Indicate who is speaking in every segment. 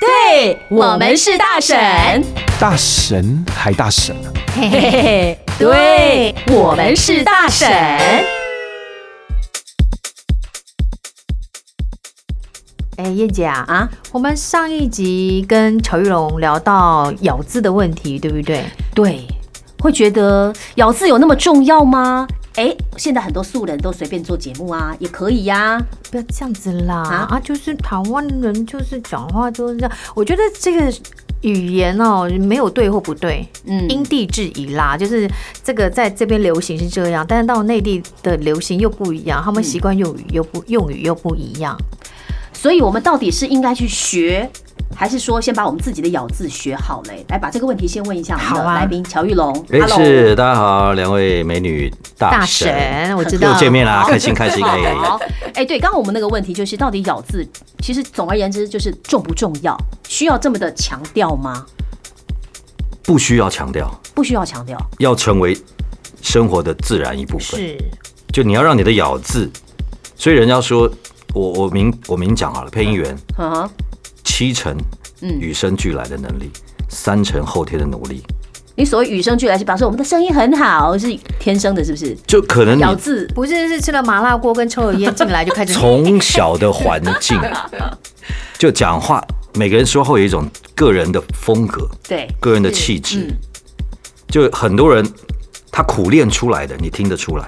Speaker 1: 嘿，我们是大婶，
Speaker 2: 大神还大神啊！
Speaker 1: 嘿嘿嘿，对，我们是大婶。
Speaker 3: 哎，叶姐啊，
Speaker 1: 啊，
Speaker 3: 我们上一集跟乔玉龙聊到咬字的问题，对不对？
Speaker 1: 对，会觉得咬字有那么重要吗？哎，现在很多素人都随便做节目啊，也可以呀、
Speaker 3: 不要这样子啦！
Speaker 1: 啊
Speaker 3: 啊就是台湾人就是讲话就是这样，我觉得这个语言哦，没有对或不对，
Speaker 1: 嗯，
Speaker 3: 因地制宜啦。就是这个在这边流行是这样，但是到内地的流行又不一样，他们习惯用语又不用语又不一样。
Speaker 1: 所以我们到底是应该去学，还是说先把我们自己的咬字学好嘞？来，把这个问题先问一下我们的
Speaker 3: 好啊
Speaker 1: 来宾乔玉龙。
Speaker 4: 哎
Speaker 1: Hello
Speaker 4: 是，大家好，两位美女大
Speaker 3: 大
Speaker 4: 神，
Speaker 3: 神，我知道
Speaker 4: 又见 面啦，
Speaker 1: 好
Speaker 4: 开心开心，哎
Speaker 1: 好，哎，对，刚刚我们那个问题就是，到底咬字，其实总而言之就是重不重要，需要这么的强调吗？
Speaker 4: 不需要强调，
Speaker 1: 不需要强调，
Speaker 4: 要成为生活的自然一部分，
Speaker 3: 是
Speaker 4: 就你要让你的咬字，所以人家说我我明我明讲好了，配音员
Speaker 1: 嗯哼，
Speaker 4: 七成
Speaker 3: 嗯
Speaker 4: 与生俱来的能力，三成后天的努力，
Speaker 1: 你所谓与生俱来是表示我们的声音很好，是天生的，是不是？
Speaker 4: 就可能
Speaker 1: 咬
Speaker 4: 你
Speaker 1: 字
Speaker 3: 不是是吃了麻辣锅跟抽了烟进来就 开始
Speaker 4: 从小的环 境，就讲话，每个人说话有一种个人的风格，
Speaker 1: 对，
Speaker 4: 个人的气
Speaker 3: 嗯
Speaker 4: 质，就很多人他苦练出来的，你听得出来。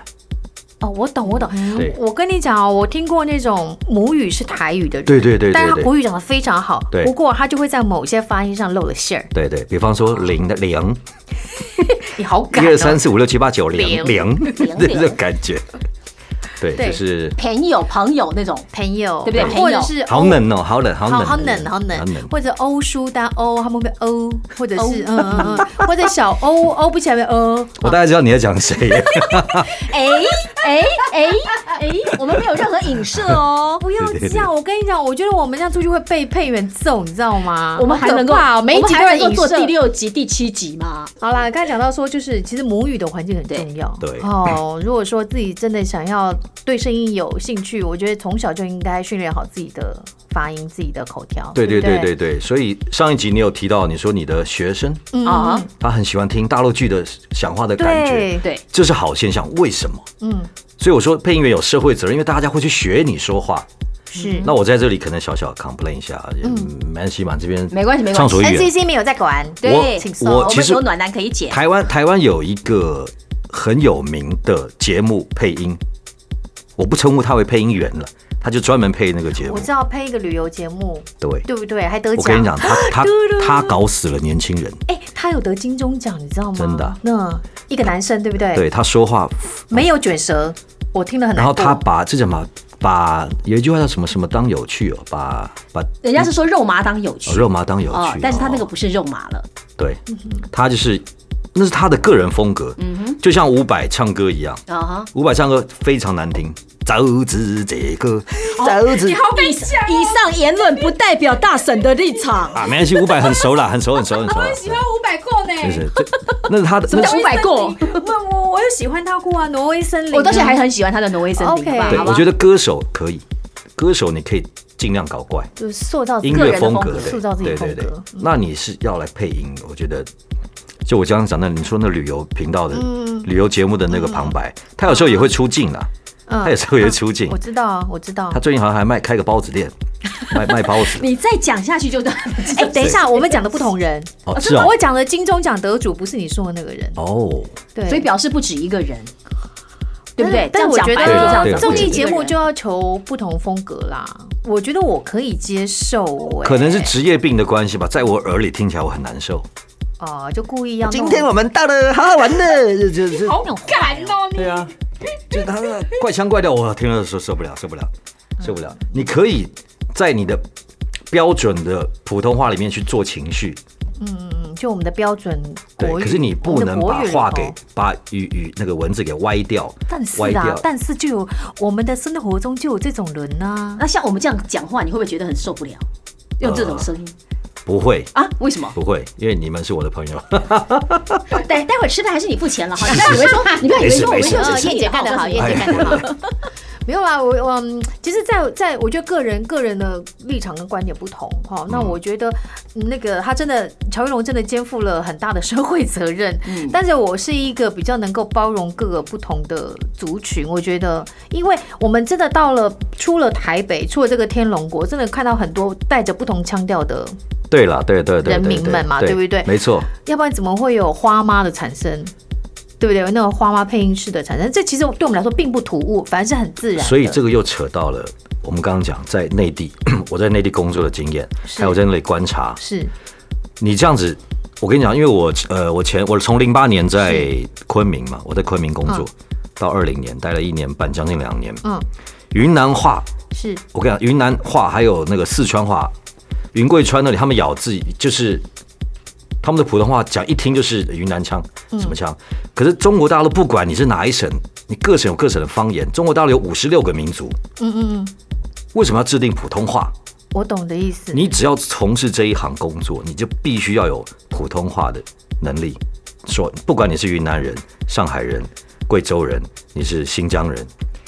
Speaker 3: 哦，我懂，我懂。
Speaker 4: 对
Speaker 3: 我跟你讲哦，我听过那种母语是台语的人，
Speaker 4: 对对对对
Speaker 3: 但是他
Speaker 4: 对
Speaker 3: 国语讲的非常好，
Speaker 4: 对
Speaker 3: 不过他就会在某些发音上漏了馅儿。
Speaker 4: 对对，比方说零的零，
Speaker 3: 你好
Speaker 4: 一
Speaker 3: 敢、哦，
Speaker 4: 二三四五六七八九零零，
Speaker 1: 零
Speaker 4: 这种感觉。对，
Speaker 3: 对
Speaker 4: 就是
Speaker 1: 朋友朋友那种，
Speaker 3: 朋友，
Speaker 1: 对不对朋友
Speaker 3: 或者是
Speaker 4: 好冷哦，好冷，好
Speaker 3: 好
Speaker 4: 冷，
Speaker 3: 好冷，好
Speaker 4: 好
Speaker 3: 冷
Speaker 4: 冷，
Speaker 3: 或者欧舒丹欧，他们会欧，或者是
Speaker 1: 欧
Speaker 3: 嗯嗯嗯，或者小欧欧不起来会哦欧，
Speaker 4: 我大概知道你在 讲谁，
Speaker 1: 哎哎哎哎，我们没有任何影射哦，
Speaker 3: 不要
Speaker 4: 对对
Speaker 3: 这样，我跟你讲，我觉得我们这样出去会被配员揍，你知道吗？
Speaker 1: 我们还
Speaker 3: 好可
Speaker 1: 能够
Speaker 3: 怕哦，每一集
Speaker 1: 我
Speaker 3: 都
Speaker 1: 们还
Speaker 3: 在
Speaker 1: 能
Speaker 3: 影
Speaker 1: 够做
Speaker 3: 射
Speaker 1: 第。六集、第七集吗？
Speaker 3: 好啦，刚才讲到说，就是其实母语的环境很重要。
Speaker 4: 对对
Speaker 3: 哦， 如果说自己真的想要对声音有兴趣，我觉得从小就应该训练好自己的发音、自己的口条。
Speaker 4: 对对
Speaker 3: 对
Speaker 4: 对
Speaker 3: 不
Speaker 4: 对对，所以上一集你有提到，你说你的学生
Speaker 3: 嗯
Speaker 1: 啊，
Speaker 4: 他很喜欢听大陆剧的讲话的感觉，
Speaker 3: 对
Speaker 1: 对，
Speaker 4: 这是好现象，为什么？
Speaker 3: 嗯
Speaker 4: 所以我说配音员有社会责任，因为大家会去学你说话。
Speaker 3: 是。嗯
Speaker 4: 那我在这里可能小小 complain 一下，也没关系嘛，这边
Speaker 1: 没关系哎没关系
Speaker 4: 畅所欲言。
Speaker 3: NCC 没有在管，
Speaker 1: 对
Speaker 4: 我
Speaker 3: 请搜
Speaker 1: 我
Speaker 4: 我
Speaker 1: 们
Speaker 4: 其实
Speaker 1: 有暖男可以解，
Speaker 4: 台湾台湾有一个很有名的节目配音，我不称呼他为配音员了，他就专门配那个节目
Speaker 3: 我。知道配一个旅游节目，
Speaker 4: 对，
Speaker 3: 对不对？还得奖。
Speaker 4: 我跟你讲，，他他他搞死了年轻人。
Speaker 3: 哎，他有得金钟奖，你知道吗？
Speaker 4: 真的啊
Speaker 3: 那一个男生，对不对？，
Speaker 4: 对他说话，
Speaker 3: 没有卷舌，我听了很难
Speaker 4: 然
Speaker 3: 过。
Speaker 4: 后他把这什么把有一句话叫什么什么当有趣哦，把把
Speaker 1: 人家是说肉麻当有趣
Speaker 4: 哦，肉麻当有趣
Speaker 1: 哦
Speaker 4: 哦，，
Speaker 1: 但是他那个不是肉麻了，
Speaker 4: 对，
Speaker 3: 嗯
Speaker 4: 他就是那是他的个人风格，就像伍佰唱歌一样。
Speaker 1: 啊哈，
Speaker 4: 伍佰唱歌非常难听，走子这
Speaker 3: 哦
Speaker 4: 个走子
Speaker 1: 以以上言论不代表大婶的立场。
Speaker 4: 啊，没关系，伍佰很熟啦，很熟很熟很熟啦。
Speaker 5: 喜欢五百过呢。
Speaker 4: 就是这，那是他的，
Speaker 1: 么
Speaker 4: 那
Speaker 1: 叫
Speaker 4: 是
Speaker 1: 伍佰过
Speaker 3: 我我我有喜欢他过啊，挪威森林啊。
Speaker 1: 我到现在还很喜欢他的挪威森林，
Speaker 3: OK
Speaker 1: 好吧
Speaker 4: 对
Speaker 1: 好，吧
Speaker 4: 我觉得歌手可以，歌手你可以尽量搞怪，
Speaker 3: 就是塑造自己
Speaker 4: 音
Speaker 3: 哦个人的
Speaker 4: 乐风
Speaker 3: 格
Speaker 4: 格，对
Speaker 3: 塑造自己
Speaker 4: 对
Speaker 3: 的风
Speaker 4: 对对
Speaker 3: 格。。
Speaker 4: 那你是要来配音，我觉得，就我刚刚讲的，你说那旅游频道的旅游节目的那个旁白，他有时候也会出镜啦，
Speaker 3: 嗯
Speaker 4: 他有时候也会出镜
Speaker 3: 我，知道，我知道
Speaker 4: 他。最近好像还卖开个包子 店，卖卖包子。
Speaker 1: 你再讲下去就
Speaker 3: 哎，等一下，我们讲的不同人。
Speaker 4: 哦，是哦
Speaker 3: 我，讲的金钟奖得主不是你说的那个人。
Speaker 4: 哦，
Speaker 3: 对，
Speaker 1: 所以表示不止一个人，对不对？这
Speaker 3: 但
Speaker 1: 样
Speaker 3: 是我
Speaker 1: 讲
Speaker 3: 觉
Speaker 1: 白了就这样
Speaker 4: 对
Speaker 3: 得
Speaker 1: 子
Speaker 3: 综
Speaker 4: 对
Speaker 3: 艺节目就
Speaker 1: 不
Speaker 3: 要求不同风格啦。我觉得我可以接受、欸，
Speaker 4: 可能是职业病的关系吧，在我耳里听起来我很难受。
Speaker 3: 哦、就故意要弄
Speaker 4: 今天我们到了，好好玩 的，就就
Speaker 5: 好敢哦你！
Speaker 4: 对啊，就他那个怪腔怪调，我听了受受不了，受不了，受不了。你可以在你的标准的普通话里面去做情绪，
Speaker 3: 嗯就我们的标准
Speaker 4: 对
Speaker 3: 国，语，
Speaker 4: 可是你不能
Speaker 3: 我
Speaker 4: 把
Speaker 3: 们的国语
Speaker 4: 话
Speaker 3: 哦
Speaker 4: 给把语语那个文字给歪掉，
Speaker 3: 但是
Speaker 4: 歪
Speaker 3: 啊
Speaker 4: 掉，。
Speaker 3: 但是就有我们的生活中就有这种人呐、
Speaker 1: 那像我们这样讲话，你会不会觉得很受不了？用这种声音
Speaker 4: 不会，
Speaker 1: 啊？为什么？
Speaker 4: 不会，因为你们是我的朋友。
Speaker 1: 待 待会儿吃饭还是你付钱了哈？你不要以为说，你不要以为说我们
Speaker 3: 哦
Speaker 4: 没事没事
Speaker 1: 又是
Speaker 4: 没
Speaker 1: 吃
Speaker 4: 事
Speaker 1: 你的
Speaker 3: 干得
Speaker 1: 告
Speaker 3: 好
Speaker 1: 诉你
Speaker 3: 叶姐
Speaker 4: 哎
Speaker 3: 干得好没有啦，我我嗯，其实在，在我觉得个人个人的立场跟观点不同哈、那我觉得嗯那个他真的乔玉龙真的肩负了很大的社会责任，
Speaker 1: 嗯
Speaker 3: 但是我是一个比较能够包容各个不同的族群，我觉得，因为我们真的到了出了台北，出了这个天龙国，真的看到很多带着不同腔调的，
Speaker 4: 对了，对对对，对
Speaker 3: 人民们嘛对不对
Speaker 4: 没错，
Speaker 3: 要不然怎么会有花妈的产生？对不对？那种花妈配音式的产生，这其实对我们来说并不突兀，反而是很自然的。
Speaker 4: 所以这个又扯到了我们刚刚讲在内地， 我在内地工作的经验，
Speaker 3: 是
Speaker 4: 还有在那里观察，
Speaker 3: 是
Speaker 4: 你这样子，我跟你讲，因为我呃，我前我从零八年在昆明嘛，我在昆明工作，到二零年待了一年半，将近两年。
Speaker 3: 嗯
Speaker 4: 云南话，
Speaker 3: 是
Speaker 4: 我跟你讲，云南话还有那个四川话，云贵川那里他们咬字就是他们的普通话讲一听就是云南腔，
Speaker 3: 嗯
Speaker 4: 什么腔？可是中国大陆不管你是哪一省，你各省有各省的方言，中国大陆有五十六个民族，
Speaker 3: 嗯嗯嗯，
Speaker 4: 为什么要制定普通话？
Speaker 3: 我懂的意思。
Speaker 4: 你只要从事这一行工作，你就必须要有普通话的能力。说，不管你是云南人、上海人、贵州人，你是新疆人，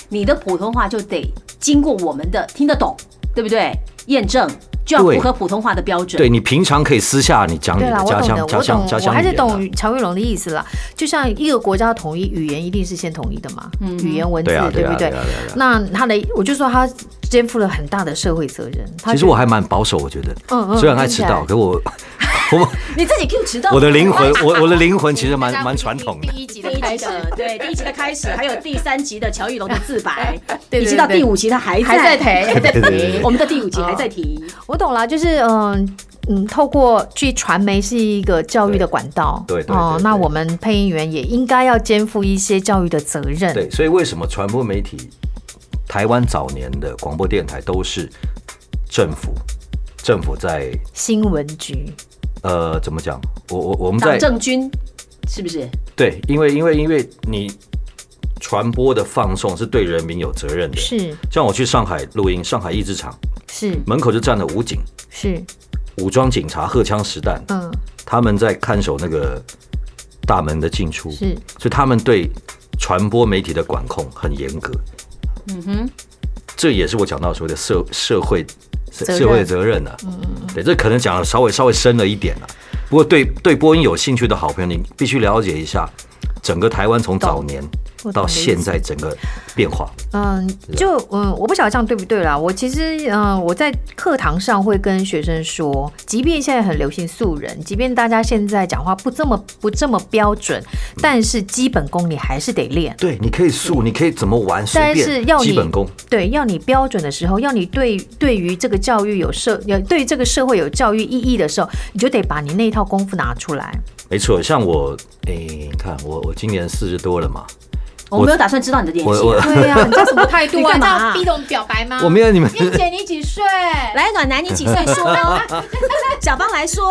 Speaker 1: 你的普通话就得经过我们的听得懂，对不对？验证就要
Speaker 4: 对
Speaker 1: 符合普通话的标准。
Speaker 4: 对你平常可以私下你讲你
Speaker 3: 对啦，
Speaker 4: 的
Speaker 3: 我
Speaker 4: 家
Speaker 3: 懂的，
Speaker 4: 乡、家
Speaker 3: 我
Speaker 4: 乡、
Speaker 3: 懂
Speaker 4: 家，
Speaker 3: 我
Speaker 4: 乡
Speaker 3: 还是
Speaker 4: 语言啊、
Speaker 3: 懂乔玉龙的意思啦。就像一个国家统一语言，一定是先统一的嘛，语言文字，
Speaker 4: 对啊，对啊，
Speaker 3: 不
Speaker 4: 对
Speaker 3: 对
Speaker 4: 啊，对？啊对啊。
Speaker 3: 那他的，我就说他肩负了很大的社会责任。他
Speaker 4: 其实
Speaker 3: 觉得
Speaker 4: 我还蛮保守，我觉得，
Speaker 3: 嗯嗯
Speaker 4: 虽然爱
Speaker 3: 听起
Speaker 4: 迟
Speaker 3: 来
Speaker 4: 到，可我我
Speaker 1: 你自己 Q 迟到。
Speaker 4: 我的灵魂，我我的灵魂其实蛮蛮传统的。
Speaker 3: 第一
Speaker 1: 第
Speaker 3: 集的
Speaker 1: 一
Speaker 3: 开
Speaker 1: 集
Speaker 3: 始，
Speaker 1: 的对第一集的开始，还有第三集的乔玉龙的自 白，
Speaker 3: 对对对
Speaker 1: 以及到第五集他还
Speaker 3: 还在提，还在
Speaker 4: 对对对
Speaker 1: 我们的第五集还在提，
Speaker 3: 我懂啦，就是嗯。嗯，透过去传媒是一个教育的管道，哦
Speaker 4: 对对对对
Speaker 3: 那我们配音员也应该要肩负一些教育的责任，
Speaker 4: 对，所以为什么传播媒体，台湾早年的广播电台都是政府，政府在
Speaker 3: 新闻局
Speaker 4: 呃，怎么讲？我我我们
Speaker 1: 党
Speaker 4: 在
Speaker 1: 政军是不是？
Speaker 4: 对，因为因为因为你传播的放送是对人民有责任的。
Speaker 3: 是
Speaker 4: 像我去上海录音，上海译制厂
Speaker 3: 是
Speaker 4: 门口就站了武警、
Speaker 3: 是，
Speaker 4: 武装警察，荷枪实弹，
Speaker 3: 嗯，
Speaker 4: 他们在看守那个大门的进出，所
Speaker 3: 是
Speaker 4: 以他们对传播媒体的管控很严格。嗯哼，这也是我讲到所谓的社社会社
Speaker 3: 责任
Speaker 4: 社会责任呢、啊。嗯嗯对，这可能讲的稍微稍微深了一点啊。不过对对播音有兴趣的好朋友，你必须了解一下整个台湾从早年
Speaker 3: 我懂
Speaker 4: 到
Speaker 3: 你的意
Speaker 4: 现
Speaker 3: 思
Speaker 4: 在整个变化。
Speaker 3: 嗯，
Speaker 4: 啊
Speaker 3: 就嗯，我不晓得这样对不对啦。我其实嗯，我在课堂上会跟学生说，即便现在很流行素人，即便大家现在讲话不这么不这么标准，
Speaker 4: 嗯
Speaker 3: 但是基本功你还是得练。
Speaker 4: 对，你可以素，你可以怎么玩随
Speaker 3: 但是
Speaker 4: 便，
Speaker 3: 要你
Speaker 4: 基本功。
Speaker 3: 对，要你标准的时候，要你对对于这个教育有社，有对这个社会有教育意义的时候，你就得把你那一套功夫拿出来。
Speaker 4: 没错，像我，诶、你看我我今年四十多了嘛，
Speaker 1: 我没有打算知道你的年
Speaker 4: 我
Speaker 1: 纪。
Speaker 4: 我
Speaker 3: 对 呀、你这什么态度
Speaker 5: 你
Speaker 3: 啊？
Speaker 5: 敢
Speaker 1: 干
Speaker 5: 这
Speaker 1: 嘛
Speaker 5: 样逼我们表白吗？
Speaker 4: 我没有 你们，
Speaker 5: 冰姐，你几 岁？来，
Speaker 1: 来，暖男，你几岁说？ 甲方来说，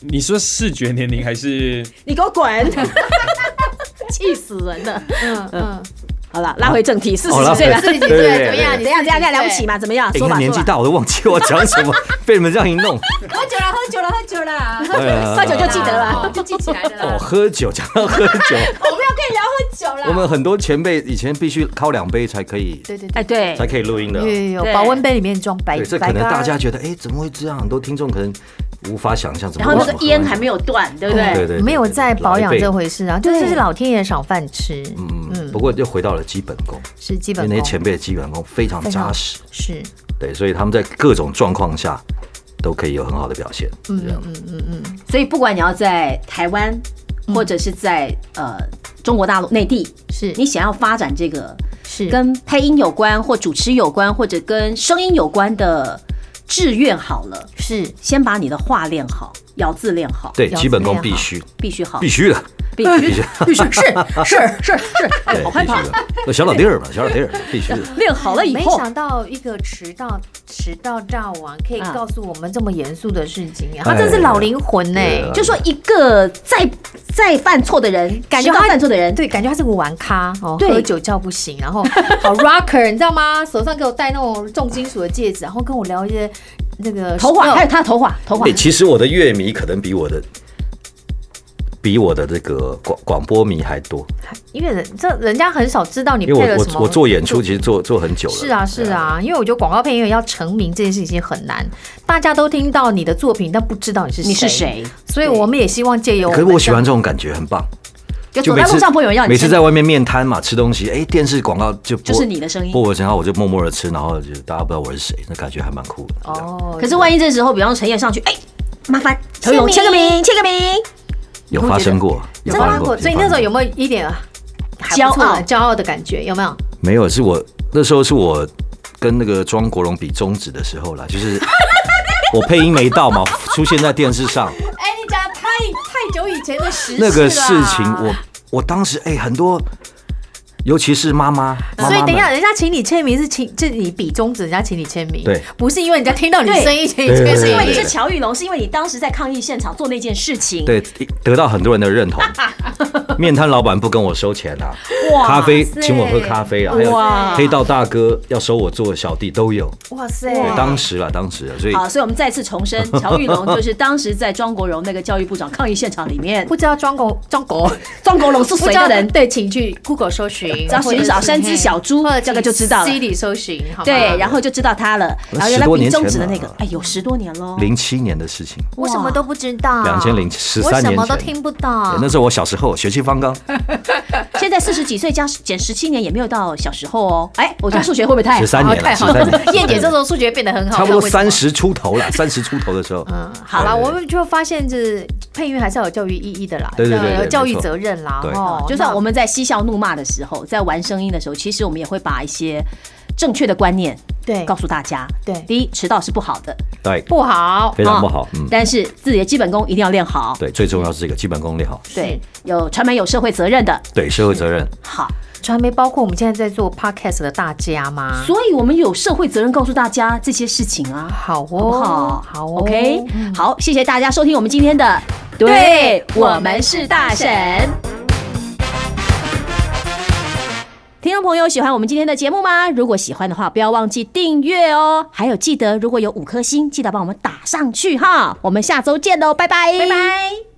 Speaker 6: 你说视觉年龄还是
Speaker 1: 你给我滚！ 气死人了！
Speaker 3: 嗯嗯，
Speaker 1: 好了，啊哦拉回正题，四十
Speaker 4: 好
Speaker 1: 几
Speaker 4: 了，
Speaker 1: 岁了，
Speaker 5: 自己
Speaker 4: 对对
Speaker 5: 岁
Speaker 4: 对
Speaker 5: 怎么样？
Speaker 1: 怎样怎样怎样了不起
Speaker 5: 吗？
Speaker 1: 嘛？怎么样？
Speaker 4: 哎
Speaker 1: 说
Speaker 4: 那
Speaker 1: 吧，
Speaker 4: 年纪
Speaker 1: 说吧。
Speaker 4: 大我都忘记我 讲什么，被你们这样一弄。
Speaker 5: 喝酒了，喝酒了，喝酒了， 喝
Speaker 4: 哎呀
Speaker 1: 喝酒就记得了
Speaker 5: 就记起来了
Speaker 4: 哦，
Speaker 5: 啦。
Speaker 4: 喝酒讲到喝酒，
Speaker 5: 我们要跟你聊喝酒啦。
Speaker 4: 我们很多前辈以前必须靠两杯才可以，
Speaker 3: 对对
Speaker 1: 哎，
Speaker 3: 对，
Speaker 1: 对
Speaker 4: 才，可以录音的
Speaker 3: 有。有
Speaker 1: 对
Speaker 3: 有，保温杯里面装白
Speaker 4: 对，这
Speaker 3: 白
Speaker 4: 可能
Speaker 3: 干
Speaker 4: 大家觉得，哎，怎么会这样？很多听众可能无法想象，怎
Speaker 1: 然
Speaker 4: 么
Speaker 1: 后那
Speaker 4: 会这
Speaker 1: 个
Speaker 4: 么喝
Speaker 1: 烟还没有断，对不对？
Speaker 4: 对对对
Speaker 3: 没有在保养这回事啊，就
Speaker 1: 对
Speaker 3: 是老天爷赏饭吃，
Speaker 4: 嗯，不过又回到了基本功，
Speaker 3: 是基
Speaker 4: 因为
Speaker 3: 本
Speaker 4: 那
Speaker 3: 功
Speaker 4: 些，前辈的基本功非常
Speaker 3: 非常
Speaker 4: 扎实，
Speaker 3: 是
Speaker 4: 对，所以他们在各种状况下都可以有很好的表现。
Speaker 1: 嗯
Speaker 4: 这样
Speaker 1: 所以不管你要在台湾，或者是在呃中国大陆内地，
Speaker 3: 嗯是
Speaker 1: 你想要发展这个
Speaker 3: 是
Speaker 1: 跟配音有关，或主持有关，或者跟声音有关的志愿好了，
Speaker 3: 是
Speaker 1: 先把你的话练好，咬字练好，，
Speaker 4: 对，
Speaker 3: 要
Speaker 4: 基本功
Speaker 3: 自恋
Speaker 4: 必
Speaker 3: 好
Speaker 4: 须
Speaker 1: 必须好，
Speaker 4: 必须的，
Speaker 1: 必须必须是是是 是，哎，
Speaker 4: 对，
Speaker 1: 好害
Speaker 4: 必须
Speaker 1: 怕。
Speaker 4: 的。那小老弟儿嘛，小老弟儿必须的。
Speaker 1: 练好了以
Speaker 3: 没
Speaker 1: 后，
Speaker 3: 想到一个迟到迟到大王可以
Speaker 1: 啊
Speaker 3: 告诉我们这么严肃的事情啊，他
Speaker 4: 哎
Speaker 3: 真是老灵魂呢、
Speaker 4: 对啊
Speaker 1: 就说一个再再犯错的人，感觉到犯错的人，
Speaker 3: 对，感觉他是个玩咖哦，
Speaker 1: 对
Speaker 3: 喝酒叫不醒，然后 好 rocker，你知道吗？手上给我戴那种重金属的戒指，然后跟我聊一些那个哦
Speaker 1: 头发，还哎
Speaker 3: 没
Speaker 4: 哎
Speaker 1: 有他的头发，头发
Speaker 4: 对，其实我的乐迷可能比我的比我的这个广广播迷还多，
Speaker 3: 因为人这人家很少知道你
Speaker 4: 因为
Speaker 3: 配了
Speaker 4: 我
Speaker 3: 什么。
Speaker 4: 我我做演出其实做做很久了。
Speaker 3: 是啊，是啊，因为我觉得广告配音员要成名这件事已经很难，大家都听到你的作品，但不知道你是
Speaker 1: 你是谁？
Speaker 3: 所以我们也希望借由
Speaker 4: 对啊，可是我喜欢这种感觉，很棒。
Speaker 1: 就
Speaker 4: 就
Speaker 1: 走
Speaker 4: 每
Speaker 1: 在
Speaker 4: 次
Speaker 1: 路上不会有人要你
Speaker 4: 每次
Speaker 1: 签
Speaker 4: 在外面面摊嘛，吃东西，哎，电视广告就播
Speaker 1: 就是你的声音
Speaker 4: 播我的声音，然后我就默默的吃，然后就大家不知道我是谁，那感觉还蛮酷的。这样
Speaker 3: 哦，
Speaker 1: 可是万一这时候，比方说陈燕上去，哎、麻烦陈勇签个名，签个名，
Speaker 4: 有发生过，有
Speaker 3: 真
Speaker 4: 发
Speaker 3: 的
Speaker 4: 生过。
Speaker 3: 哦所以那时候有没有一点还不错
Speaker 1: 骄
Speaker 3: 的
Speaker 1: 傲
Speaker 3: 骄傲的感觉？有没哎有？
Speaker 4: 没有？是我那时候是我跟那个庄国荣比中指的时候啦，就是 我配音没到嘛，出现在电视上
Speaker 3: 啊
Speaker 5: 哎，你讲得太太久以前的时事
Speaker 4: 那个
Speaker 5: 了
Speaker 4: 事情，我我当时哎很多，尤其是妈妈，妈妈
Speaker 3: 所以等一
Speaker 4: 们
Speaker 3: 下，人家请你签名是请，这你比中指，人家请你签名，
Speaker 4: 对，
Speaker 3: 不是因为人家听到你
Speaker 1: 对
Speaker 3: 声音请你
Speaker 4: 对
Speaker 3: 签
Speaker 4: 对
Speaker 3: 名，
Speaker 1: 是因为你
Speaker 4: 对
Speaker 1: 是乔玉龙，是因为你当时在抗议现场做那件事情。
Speaker 4: 对，得到很多人 的认同。面摊老板不跟我收钱啊，咖啡请我喝咖啡啊，还有
Speaker 1: 哇
Speaker 4: 黑道大哥要收我做小弟都有。
Speaker 3: 哇塞，
Speaker 4: 对，当时啊，当时啊，所以
Speaker 1: 好，所以我们再次重申，乔玉 龙就是当时在庄国荣那个教育部长抗议现场里面，
Speaker 3: 不知道庄狗庄狗
Speaker 1: 庄国荣是
Speaker 3: 不
Speaker 1: 谁
Speaker 3: 知道
Speaker 1: 的人？
Speaker 3: 对，请去 Google 搜寻，
Speaker 1: 只要寻找三只小猪
Speaker 3: 或者
Speaker 1: 这个就知道了
Speaker 3: C 里搜寻，好吗
Speaker 1: 对，然后就知道他了。
Speaker 4: 那
Speaker 1: 然后原
Speaker 4: 10
Speaker 1: 来
Speaker 4: 多
Speaker 1: 比
Speaker 4: 年前
Speaker 1: 中指的那个
Speaker 4: 了，啊
Speaker 1: 哎，有十多年喽。
Speaker 4: 零七年的事情，
Speaker 3: 我什么都不知道，
Speaker 4: 2013
Speaker 3: 我什么
Speaker 4: 年前
Speaker 3: 都听不到
Speaker 4: 对，那时候我小时候血气方刚，
Speaker 1: 现在四十几岁加减十七年，也没有到小时候哦。哎，我这样数学会不会太
Speaker 4: 十？三
Speaker 3: 好
Speaker 4: 年了，
Speaker 3: 太
Speaker 4: 十
Speaker 3: 好
Speaker 4: 三
Speaker 3: 了
Speaker 4: 年，，
Speaker 3: 燕姐这时候数学变得很好，
Speaker 4: 差不多
Speaker 3: 看为什么
Speaker 4: 三。十出头了，三十出头的时候，
Speaker 3: 嗯，好了，
Speaker 4: 对对
Speaker 3: 我
Speaker 4: 对
Speaker 3: 们就发现，就是配音还是要有教育意义的啦，
Speaker 4: 对对对
Speaker 3: 要
Speaker 4: 对
Speaker 3: 有教育
Speaker 4: 没错
Speaker 3: 责任啦，
Speaker 4: 对
Speaker 3: 哦，
Speaker 1: 就算我们在嬉笑怒骂的时候，在玩声音的时候，其实我们也会把一些正确的观念
Speaker 3: 那对
Speaker 1: 告诉大家。
Speaker 3: 对
Speaker 1: 第一，迟到是不好的，
Speaker 4: 对，
Speaker 3: 不好，
Speaker 4: 非常不
Speaker 1: 啊
Speaker 4: 好，嗯，
Speaker 1: 但是自己的基本功一定要练好。
Speaker 4: 对，最重要是这个基本功练好，
Speaker 1: 对，有传媒有社会责任的，
Speaker 4: 对，社会责任，
Speaker 1: 好，
Speaker 3: 传媒包括我们现在在做 podcast 的大家吗？
Speaker 1: 所以我们有社会责任告诉大家这些事情啊，
Speaker 3: 好
Speaker 1: 好
Speaker 3: 哦，
Speaker 1: 不好？
Speaker 3: 好哦
Speaker 1: ，OK，好，谢谢大家收听我们今天的，
Speaker 3: 对
Speaker 1: 我们是大神。听众朋友，喜欢我们今天的节目吗？如果喜欢的话，不要忘记订阅哦。还有，记得如果有五颗星，记得帮我们打上去哈。我们下周见喽，拜拜，拜拜。